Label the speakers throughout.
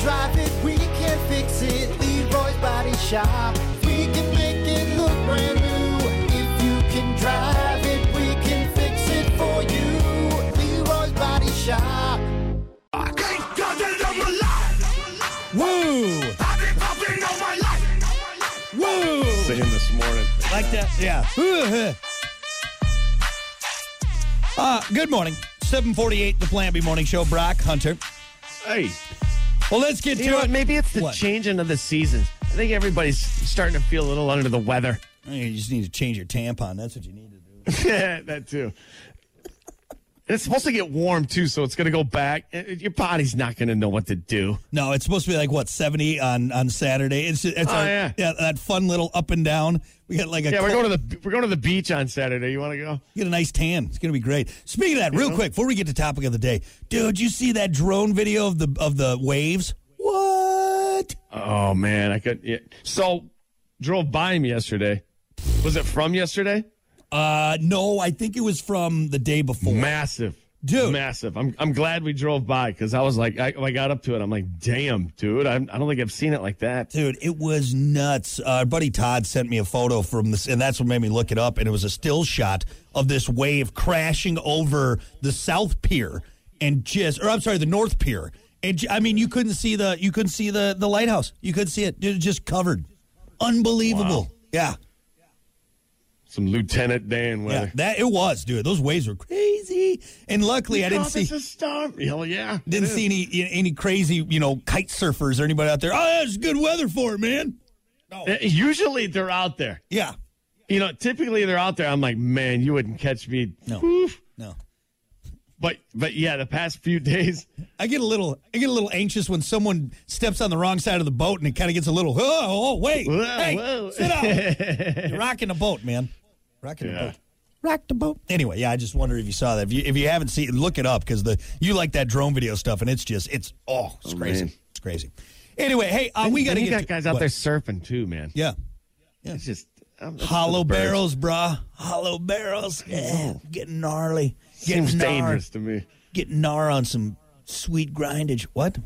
Speaker 1: drive it, we can fix it. Leroy's Body Shop. We can make it look brand new. If you can drive it, we can fix it for you. Leroy's Body Shop.
Speaker 2: Woo! Woo!
Speaker 3: Singing this morning.
Speaker 2: Like that, yeah. Ooh-huh. Uh, good morning. 748, the Plan B Morning Show. Brock Hunter.
Speaker 3: Hey,
Speaker 2: Well, let's get
Speaker 3: you know
Speaker 2: to
Speaker 3: what?
Speaker 2: it.
Speaker 3: Maybe it's the
Speaker 2: What?
Speaker 3: changing of the seasons. I think everybody's starting to feel a little under the weather.
Speaker 2: Oh, You just need to change your tampon. That's what you need to do.
Speaker 3: that too. It's supposed to get warm too, so it's going to go back. It- it- Your body's not going to know what to do.
Speaker 2: No, it's supposed to be like what seventy on on Saturday. It's just, it's
Speaker 3: Oh,
Speaker 2: our-
Speaker 3: yeah.
Speaker 2: that fun little up and down. We got like a
Speaker 3: Yeah, we're
Speaker 2: cold-
Speaker 3: going to the we're going to the beach on Saturday. You want to go?
Speaker 2: Get a nice tan. It's gonna be great. Speaking of that, real quick, before we get to topic of the day, dude, you see that drone video of the of the waves? What?
Speaker 3: Oh man, I could. Yeah. So drove by him yesterday. Was it from yesterday?
Speaker 2: Uh, no, I think it was from the day before.
Speaker 3: Massive,
Speaker 2: Dude.
Speaker 3: Massive. I'm I'm glad we drove by because I was like, I, I got up to it. I'm like, damn, dude. I'm, I don't think I've seen it like that.
Speaker 2: Dude, it was nuts. Uh, our buddy Todd sent me a photo from this, and that's what made me look it up. And it was a still shot of this wave crashing over the South Pier and just, or I'm sorry, the North Pier. And j- I mean, you couldn't see the you couldn't see the the lighthouse. You couldn't see it. Dude, it just covered. Unbelievable. Yeah,
Speaker 3: Some Lieutenant Dan
Speaker 2: yeah.
Speaker 3: weather.
Speaker 2: That it was, dude. Those waves were crazy. And luckily, I didn't
Speaker 3: Oh,
Speaker 2: see.
Speaker 3: It's a storm. Hell yeah. it
Speaker 2: Didn't
Speaker 3: is.
Speaker 2: see any any crazy, you know, kite surfers or anybody out there. Oh, that's good weather for it, man.
Speaker 3: Uh, Usually they're out there.
Speaker 2: Yeah.
Speaker 3: You know, typically they're out there. I'm like, man, you wouldn't catch me.
Speaker 2: No.
Speaker 3: Oof.
Speaker 2: No.
Speaker 3: But but yeah, the past few days,
Speaker 2: I get a little I get a little anxious when someone steps on the wrong side of the boat and it kind of gets a little oh, oh wait
Speaker 3: Whoa,
Speaker 2: hey
Speaker 3: whoa.
Speaker 2: sit down you're rocking the boat man rocking the
Speaker 3: Yeah.
Speaker 2: boat rock the boat anyway yeah I just wonder if you saw that if you if you haven't seen look it up because the you like that drone video stuff and it's just it's oh it's crazy
Speaker 3: man.
Speaker 2: it's crazy anyway hey uh, we
Speaker 3: and
Speaker 2: gotta
Speaker 3: you
Speaker 2: get
Speaker 3: got
Speaker 2: to-
Speaker 3: guys out
Speaker 2: what?
Speaker 3: there surfing too, man.
Speaker 2: yeah
Speaker 3: It's just I'm, it's
Speaker 2: hollow
Speaker 3: for the birds.
Speaker 2: barrels brah hollow barrels yeah getting gnarly getting
Speaker 3: Seems
Speaker 2: gnar-
Speaker 3: dangerous to me.
Speaker 2: getting gnar on some sweet grindage. What?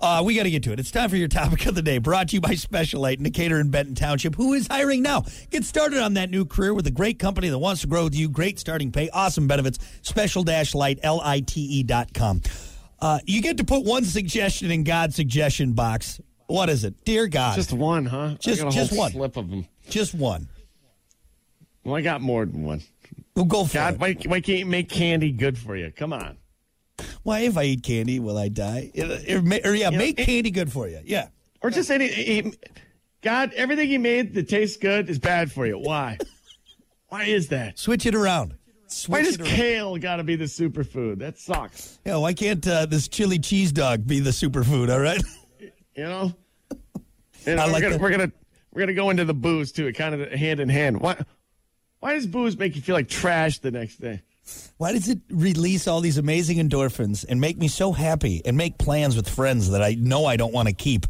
Speaker 2: Uh, we got to get to it. It's time for your topic of the day, brought to you by Special Light Decatur in Benton Township, who is hiring now. Get started on that new career with a great company that wants to grow with you. Great starting pay, awesome benefits. Special Dash Light, L I T E dot com. Uh, you get to put one suggestion in God's suggestion box. What is it? Dear God,
Speaker 3: Just
Speaker 2: just,
Speaker 3: one, huh?
Speaker 2: Just-
Speaker 3: I got a
Speaker 2: just
Speaker 3: whole
Speaker 2: one.
Speaker 3: slip of them.
Speaker 2: one.
Speaker 3: Well, I got more than one.
Speaker 2: We'll go for
Speaker 3: God,
Speaker 2: it.
Speaker 3: why, why can't you make candy good for you? Come on.
Speaker 2: Why, if I eat candy, will I die? It- it ma- or yeah, make candy good for you. Yeah.
Speaker 3: Or just any. he- God, everything he made that tastes good is bad for you. Why? why is that?
Speaker 2: Switch it around. Switch
Speaker 3: Why does
Speaker 2: it around.
Speaker 3: kale got to be the superfood? That sucks.
Speaker 2: Yeah, why can't uh, this chili cheese dog be the superfood? All right,
Speaker 3: You know. You know,
Speaker 2: I like
Speaker 3: we're, gonna,
Speaker 2: that.
Speaker 3: we're gonna we're gonna go into the booze too, kind of hand in hand. Why why does booze make you feel like trash the next day?
Speaker 2: why does it release all these amazing endorphins and make me so happy and make plans with friends that I know I don't want to keep?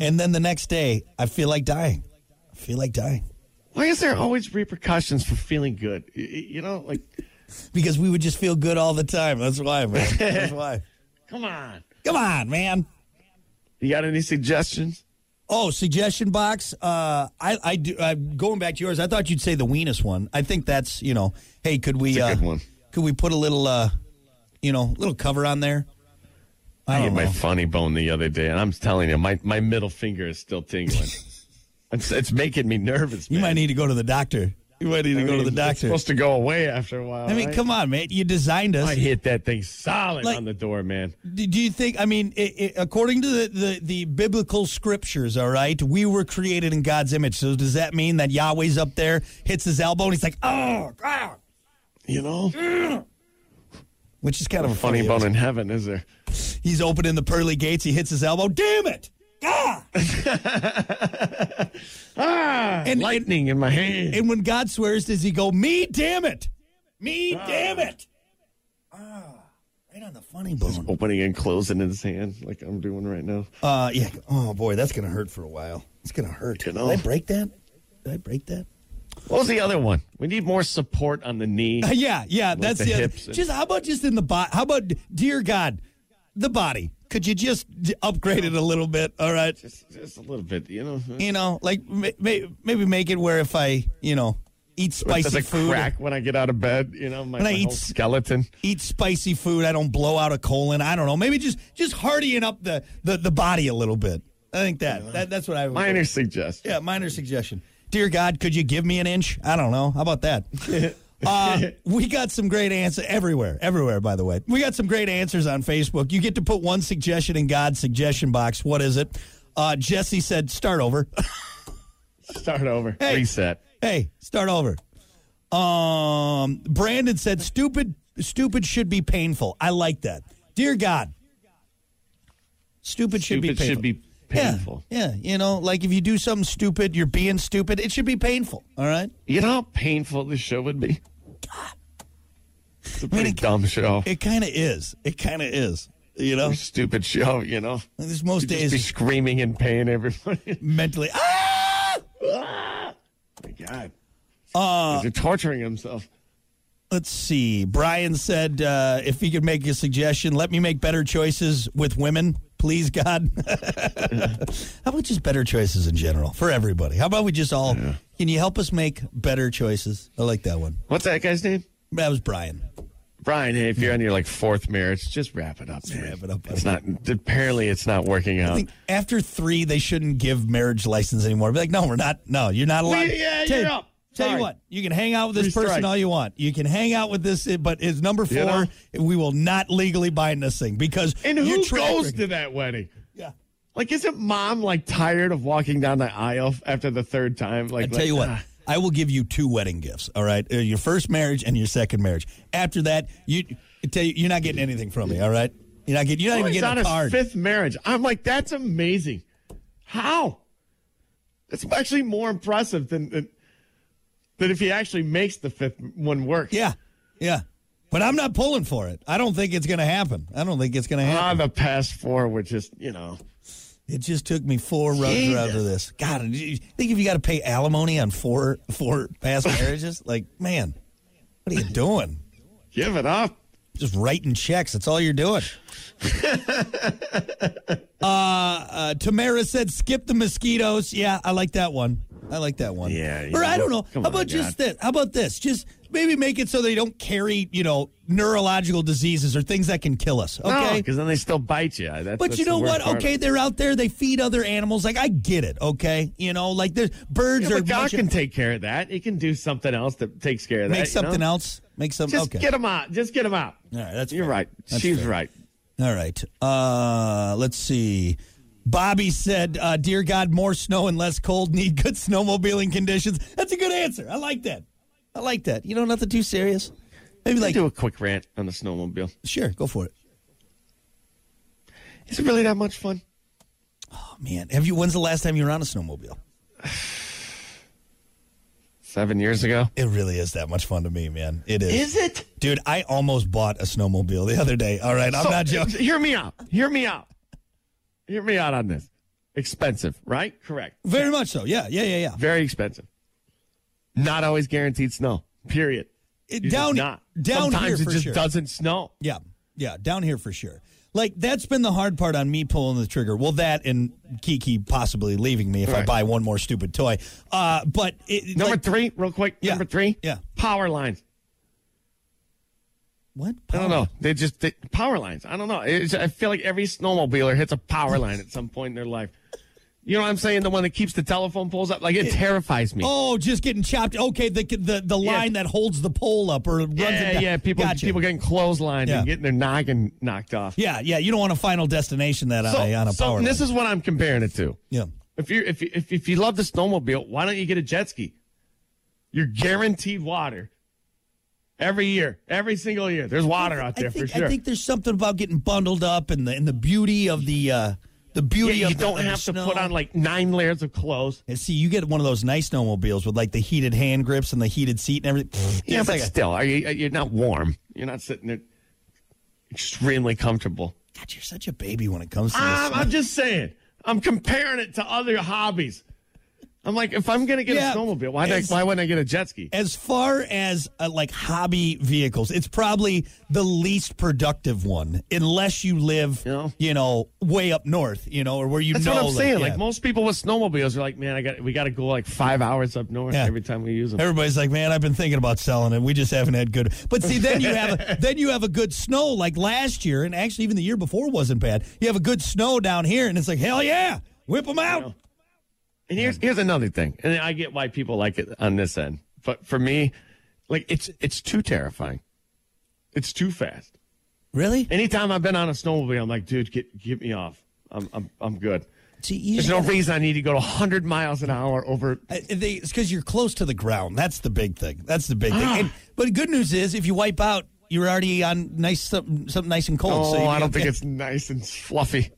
Speaker 2: and then the next day, I feel like dying. I feel like dying
Speaker 3: Why is there always repercussions for feeling good? Y- y- You know, like
Speaker 2: because we would just feel good all the time. That's why, man. That's why.
Speaker 3: come on.
Speaker 2: Come on, man.
Speaker 3: You got any suggestions?
Speaker 2: Oh, suggestion box. Uh, I, I do. i going back to yours. I thought you'd say the weenus one. I think that's you know. Hey, could we?
Speaker 3: It's a
Speaker 2: uh,
Speaker 3: good one.
Speaker 2: Could we put a little, uh, you know, little cover on there?
Speaker 3: I, hit
Speaker 2: don't
Speaker 3: my
Speaker 2: know.
Speaker 3: funny bone the other day, and I'm telling you, my, my middle finger is still tingling. it's, it's making me nervous.
Speaker 2: You
Speaker 3: man.
Speaker 2: might need to go to the doctor. You might need to
Speaker 3: I
Speaker 2: go to
Speaker 3: mean,
Speaker 2: the
Speaker 3: It's
Speaker 2: doctor.
Speaker 3: supposed to go away after a while.
Speaker 2: I mean,
Speaker 3: right?
Speaker 2: come on, man. You designed us.
Speaker 3: I hit that thing solid
Speaker 2: Like-
Speaker 3: on the door, man.
Speaker 2: Do do you think? I mean, i i according to the, the the biblical scriptures, all right, we were created in God's image. So does that mean that Yahweh's up there, hits his elbow, and he's like, "Oh, God,"
Speaker 3: You know,
Speaker 2: which is kind of a
Speaker 3: funny bone in heaven, is there?
Speaker 2: He's opening the pearly gates. He hits his elbow. Damn it! God.
Speaker 3: Ah,
Speaker 2: And-
Speaker 3: lightning in my hand.
Speaker 2: And when God swears, does he go, "Me, damn it, me, damn it"? Ah, right on the funny bone.
Speaker 3: Opening and closing his hand like I'm doing right now.
Speaker 2: Uh, yeah. Oh boy, that's gonna hurt for a while. It's gonna hurt.
Speaker 3: You know?
Speaker 2: Did I break that? Did I break that?
Speaker 3: What was the other one? We need more support on the knee.
Speaker 2: yeah, yeah. that's
Speaker 3: the
Speaker 2: the, other.
Speaker 3: hips and-
Speaker 2: Just how about just in the bot? How about, dear God, the body. Could you just d- upgrade it a little bit? All right.
Speaker 3: Just, just a little bit, you know.
Speaker 2: You know, like may, may, maybe make it where if I, you know, eat
Speaker 3: Does
Speaker 2: spicy
Speaker 3: it
Speaker 2: food,
Speaker 3: crack when I get out of bed? You know, my,
Speaker 2: When I
Speaker 3: my
Speaker 2: eat
Speaker 3: whole
Speaker 2: s-
Speaker 3: skeleton.
Speaker 2: eat spicy food, I don't blow out a colon. I don't know. Maybe just just hardying up the the, the body a little bit. I think that, that that's what I would do.
Speaker 3: Minor suggestion.
Speaker 2: Yeah, minor suggestion. Dear God, could you give me an inch? I don't know. How about that? Uh, we got some great answers everywhere. Everywhere, by the way. We got some great answers on Facebook. You get to put one suggestion in God's suggestion box. What is it? Uh, Jesse said, start over.
Speaker 3: Start over.
Speaker 2: Hey.
Speaker 3: Reset.
Speaker 2: hey, start over. Um, Brandon said, stupid, stupid should be painful. I like that. Dear God, stupid, should be
Speaker 3: Stupid
Speaker 2: painful.
Speaker 3: should be painful.
Speaker 2: Yeah, yeah, you know, like if you do something stupid, you're being stupid. It should be painful. All right.
Speaker 3: You know how painful this show would be? It's a pretty
Speaker 2: it-
Speaker 3: dumb show.
Speaker 2: It kind of is. It kind of is. You know,
Speaker 3: Stupid show, you know.
Speaker 2: there's most
Speaker 3: You'd just be
Speaker 2: days
Speaker 3: screaming in pain, everybody.
Speaker 2: mentally. Ah!
Speaker 3: my God. Uh, They're torturing himself.
Speaker 2: Let's see. Brian said, uh, if he could make a suggestion, let me make better choices with women. Please, God. How about just better choices in general for everybody? How about we just all, can you help us make better choices? I like that one.
Speaker 3: What's that guy's name?
Speaker 2: That was Brian.
Speaker 3: Brian, hey, if you're on your like fourth marriage, just wrap it up. man.
Speaker 2: wrap it up,
Speaker 3: It's not apparently it's not working
Speaker 2: I
Speaker 3: out.
Speaker 2: think after three, they shouldn't give marriage license anymore. Be like, no, we're not. No, you're not allowed.
Speaker 3: yeah,
Speaker 2: tell,
Speaker 3: you're up.
Speaker 2: Tell you
Speaker 3: Sorry.
Speaker 2: what, you can hang out with this
Speaker 3: Three
Speaker 2: person
Speaker 3: strikes.
Speaker 2: all you want. You can hang out with this, but it's number four.
Speaker 3: You know?
Speaker 2: We will not legally bind this thing because
Speaker 3: And
Speaker 2: your
Speaker 3: who
Speaker 2: track
Speaker 3: goes
Speaker 2: record-
Speaker 3: to that wedding?
Speaker 2: Yeah.
Speaker 3: Like, isn't mom like tired of walking down the aisle f- after the third time? Like,
Speaker 2: I tell you
Speaker 3: like,
Speaker 2: what,
Speaker 3: "Ah,
Speaker 2: I will give you two wedding gifts. All right, Uh, your first marriage and your second marriage. After that, you I tell you, you're not getting anything from me. All right, you're not getting. You're not
Speaker 3: oh,
Speaker 2: even
Speaker 3: he's
Speaker 2: getting
Speaker 3: on
Speaker 2: a
Speaker 3: his
Speaker 2: card.
Speaker 3: fifth marriage. I'm like, that's amazing. How? That's actually more impressive than than, than if he actually makes the fifth one work.
Speaker 2: Yeah, yeah. But I'm not pulling for it. I don't think it's going to happen. I don't think it's going to happen.
Speaker 3: Ah, the past four were just, you know.
Speaker 2: It just took me four runs
Speaker 3: Jesus.
Speaker 2: out of this. God, do you think if you got to pay alimony on four four past marriages, like man, what are you doing?
Speaker 3: Give it up.
Speaker 2: Just writing checks. That's all you're doing. uh, uh, Tamara said, "Skip the mosquitoes." Yeah, I like that one. I like that one.
Speaker 3: Yeah, you
Speaker 2: or I
Speaker 3: know,
Speaker 2: don't know. How
Speaker 3: come
Speaker 2: about
Speaker 3: on,
Speaker 2: just this? How about this? Just maybe make it so they don't carry, you know, neurological diseases or things that can kill us. Okay,
Speaker 3: because then they still bite you. That's,
Speaker 2: But
Speaker 3: that's
Speaker 2: you
Speaker 3: the
Speaker 2: know
Speaker 3: worst
Speaker 2: what?
Speaker 3: part of
Speaker 2: Okay,
Speaker 3: it.
Speaker 2: they're out there. They feed other animals. Like I get it. Okay, you know, like there's birds
Speaker 3: Yeah,
Speaker 2: are
Speaker 3: but God
Speaker 2: much-
Speaker 3: can take care of that. He can do something else that takes care of that.
Speaker 2: make
Speaker 3: you
Speaker 2: something
Speaker 3: know?
Speaker 2: else. Make something.
Speaker 3: Just
Speaker 2: Okay.
Speaker 3: get him out. Just get him out.
Speaker 2: All right, that's
Speaker 3: You're
Speaker 2: fair.
Speaker 3: right.
Speaker 2: That's
Speaker 3: She's
Speaker 2: fair.
Speaker 3: right.
Speaker 2: All right. Uh, let's see. Bobby said, uh, "Dear God, more snow and less cold. Need good snowmobiling conditions." That's a good answer. I like that. I like that. You know, nothing too serious. Maybe
Speaker 3: Like,
Speaker 2: like
Speaker 3: do a quick rant on the snowmobile.
Speaker 2: sure, go for it.
Speaker 3: Is it really that much fun?
Speaker 2: Oh man, have you? When's the last time you were on a snowmobile?
Speaker 3: Seven years ago.
Speaker 2: It really is that much fun to me, man. It is.
Speaker 3: Is it?
Speaker 2: Dude, I almost bought a snowmobile the other day. All right, I'm
Speaker 3: So,
Speaker 2: not joking.
Speaker 3: Hear me out. Hear me out. Hear me out on this. Expensive, right? Correct.
Speaker 2: Very much so. Yeah, yeah, yeah, yeah.
Speaker 3: Very expensive. Not always guaranteed snow. Period.
Speaker 2: It-
Speaker 3: You're just
Speaker 2: down
Speaker 3: not.
Speaker 2: down
Speaker 3: Sometimes
Speaker 2: here
Speaker 3: it
Speaker 2: for
Speaker 3: just
Speaker 2: sure.
Speaker 3: doesn't snow.
Speaker 2: Yeah, yeah, down here for sure. Like that's been the hard part on me pulling the trigger. Well, that and Kiki possibly leaving me if I
Speaker 3: Right.
Speaker 2: buy one more stupid toy. Uh, but it,
Speaker 3: Number
Speaker 2: like-
Speaker 3: three, real quick.
Speaker 2: Yeah.
Speaker 3: Number three.
Speaker 2: Yeah.
Speaker 3: Power lines.
Speaker 2: what?
Speaker 3: I don't know. They just they, power lines. I don't know. It's, I feel like every snowmobiler hits a power line at some point in their life. You know what I'm saying? The one that keeps the telephone poles up. Like it terrifies me.
Speaker 2: Oh, just getting chopped. Okay, the the, the
Speaker 3: Yeah.
Speaker 2: line that holds the pole up or runs it
Speaker 3: yeah,
Speaker 2: down.
Speaker 3: yeah. People,
Speaker 2: Gotcha.
Speaker 3: people getting clotheslined
Speaker 2: Yeah.
Speaker 3: and getting their noggin knocked off.
Speaker 2: yeah, yeah. You don't want a final destination that
Speaker 3: So,
Speaker 2: high on a
Speaker 3: so
Speaker 2: power.
Speaker 3: this
Speaker 2: line.
Speaker 3: is what I'm comparing it to.
Speaker 2: yeah.
Speaker 3: If you if you, if if you love the snowmobile, why don't you get a jet ski? You're guaranteed water every year, every single year. There's water out there
Speaker 2: I think,
Speaker 3: for sure.
Speaker 2: I think there's something about getting bundled up and the and the beauty of the uh, the beauty
Speaker 3: Yeah,
Speaker 2: of
Speaker 3: you
Speaker 2: the-
Speaker 3: don't
Speaker 2: of the
Speaker 3: have to
Speaker 2: snow.
Speaker 3: put on like nine layers of clothes.
Speaker 2: And see, you get one of those nice snowmobiles with like the heated hand grips and the heated seat and everything. Pfft,
Speaker 3: Yeah,
Speaker 2: it's
Speaker 3: but
Speaker 2: like a-
Speaker 3: still, are you, you're not warm. You're not sitting there extremely comfortable.
Speaker 2: God, you're such a
Speaker 3: Ah,
Speaker 2: baby when it comes to this.
Speaker 3: I'm, I'm just saying. I'm comparing it to other hobbies. I'm like, if I'm gonna get
Speaker 2: Yeah.
Speaker 3: a snowmobile, why, did I,
Speaker 2: It's-
Speaker 3: why wouldn't I get a jet ski?
Speaker 2: As far as uh, like hobby vehicles, it's probably the least productive one, unless you live,
Speaker 3: Yeah.
Speaker 2: you know, way up north, you know, or where you
Speaker 3: That's
Speaker 2: know.
Speaker 3: what I'm saying. Like
Speaker 2: yeah.
Speaker 3: most people with snowmobiles are like, man, I got we got to go like five hours up north
Speaker 2: Yeah.
Speaker 3: every time we use them.
Speaker 2: Everybody's like, man, I've been thinking about selling it. We just haven't had good. But see, then you have a, then you have a good snow like last year, and actually even the year before wasn't bad. You have a good snow down here, and it's like, hell yeah, whip them out.
Speaker 3: know. And here's here's another thing, and I get why people like it on this end, but for me, like it's it's too terrifying. It's too fast.
Speaker 2: Really?
Speaker 3: Anytime I've been on a snowmobile, I'm like, dude, get get me off. I'm I'm I'm good.
Speaker 2: See, you
Speaker 3: There's no reason I need to go to 100 miles an hour over.
Speaker 2: Uh, they, it's because you're close to the ground. That's the big thing. That's the big thing.
Speaker 3: Ah.
Speaker 2: And, but the good news is, if you wipe out, you're already on nice something, something nice and cold.
Speaker 3: Oh,
Speaker 2: so you
Speaker 3: I
Speaker 2: can-
Speaker 3: don't think it's nice and fluffy.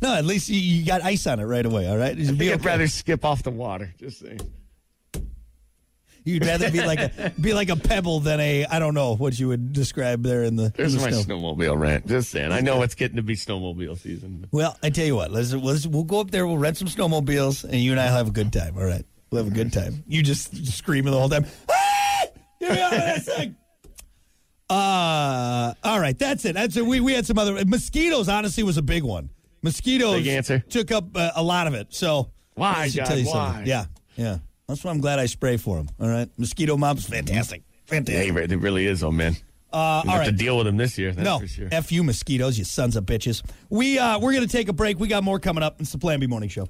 Speaker 2: No, at least you, you got ice on it right away. All right, You'd
Speaker 3: I
Speaker 2: be
Speaker 3: think I'd
Speaker 2: okay.
Speaker 3: rather skip off the water. Just saying.
Speaker 2: You'd rather be like a be like a pebble than a I don't know what you would describe there in the, in
Speaker 3: There's
Speaker 2: the
Speaker 3: my
Speaker 2: snow.
Speaker 3: snowmobile rant. Just saying. I know it's getting to be snowmobile season.
Speaker 2: Well, I tell you what, let's, let's we'll go up there. We'll rent some snowmobiles, and you and I will have a good time. All right, we'll have a good time. You just screaming the whole time. "Ah! Get me out of this thing! Uh, all right, that's it. That's it. We we had some other mosquitoes. Honestly, was a big one. Mosquitoes
Speaker 3: Big answer.
Speaker 2: took up uh, a lot of it. So
Speaker 3: Why,
Speaker 2: I should
Speaker 3: God,
Speaker 2: tell you something.
Speaker 3: why?
Speaker 2: Yeah, yeah. That's why I'm glad I spray for them. All right, mosquito mops, fantastic,
Speaker 3: Yeah,
Speaker 2: fantastic.
Speaker 3: you're right. it really is, oh, man. You
Speaker 2: Uh, all
Speaker 3: have
Speaker 2: right.
Speaker 3: to deal with them this year. That's
Speaker 2: No,
Speaker 3: for sure.
Speaker 2: f you mosquitoes, you sons of bitches. We uh, we're gonna take a break. We got more coming up. It's the Plan B Morning Show.